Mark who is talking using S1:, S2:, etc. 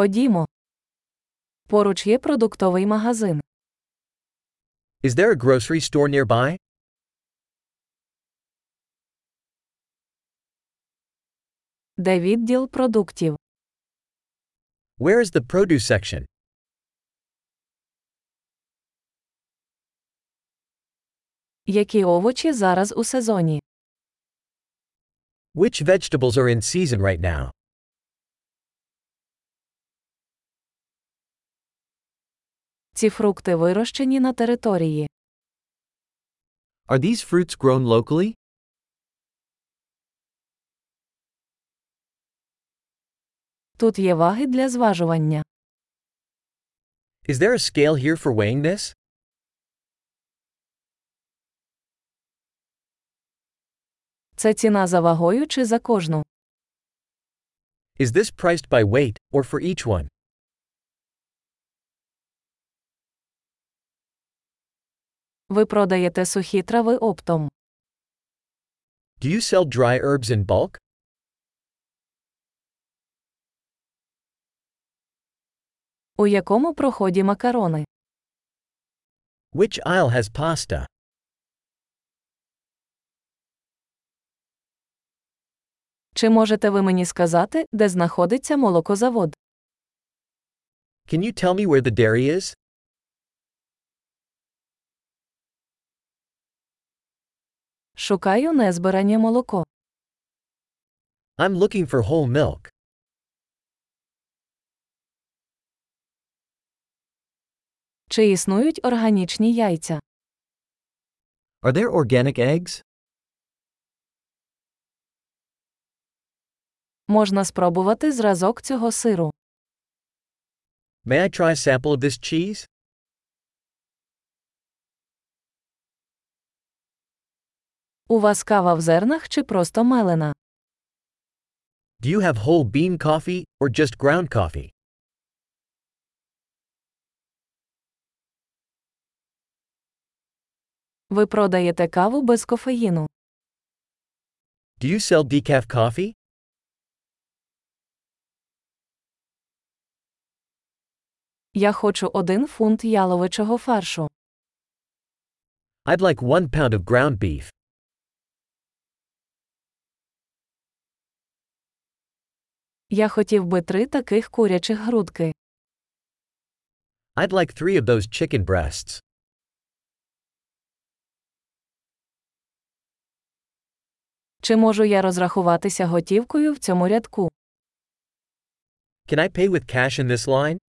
S1: Ходімо. Поруч є продуктовий магазин.
S2: Is there a grocery store nearby?
S1: Де відділ продуктів?
S2: Where is the produce section?
S1: Які овочі зараз у сезоні?
S2: Which vegetables are in season right now?
S1: Ці фрукти вирощені на території.
S2: Are these fruits grown locally?
S1: Тут є ваги для зважування.
S2: Is there a scale here for weighing this?
S1: Це ціна за вагою чи за кожну.
S2: Is this priced by weight, or for each one?
S1: Ви продаєте сухі трави оптом.
S2: Do you sell dry herbs in bulk?
S1: У якому проході макарони?
S2: Which aisle has pasta?
S1: Чи можете ви мені сказати, де знаходиться молокозавод?
S2: Can you tell me where the dairy is?
S1: Шукаю незбирання молоко.
S2: I'm looking for whole milk.
S1: Чи існують органічні яйця?
S2: Are there organic eggs?
S1: Можна спробувати зразок цього сиру.
S2: May I try a sample of this cheese?
S1: У вас кава в зернах чи просто мелена?
S2: Do you have whole bean coffee, or just ground coffee?
S1: Ви продаєте каву без кофеїну.
S2: Do you sell decaf coffee?
S1: Я хочу один фунт яловичого фаршу.
S2: I'd like one pound of ground beef.
S1: Я хотів би три таких курячих грудки.
S2: I'd like three of those chicken breasts.
S1: Чи можу я розрахуватися готівкою в цьому рядку?
S2: Can I pay with cash in this line?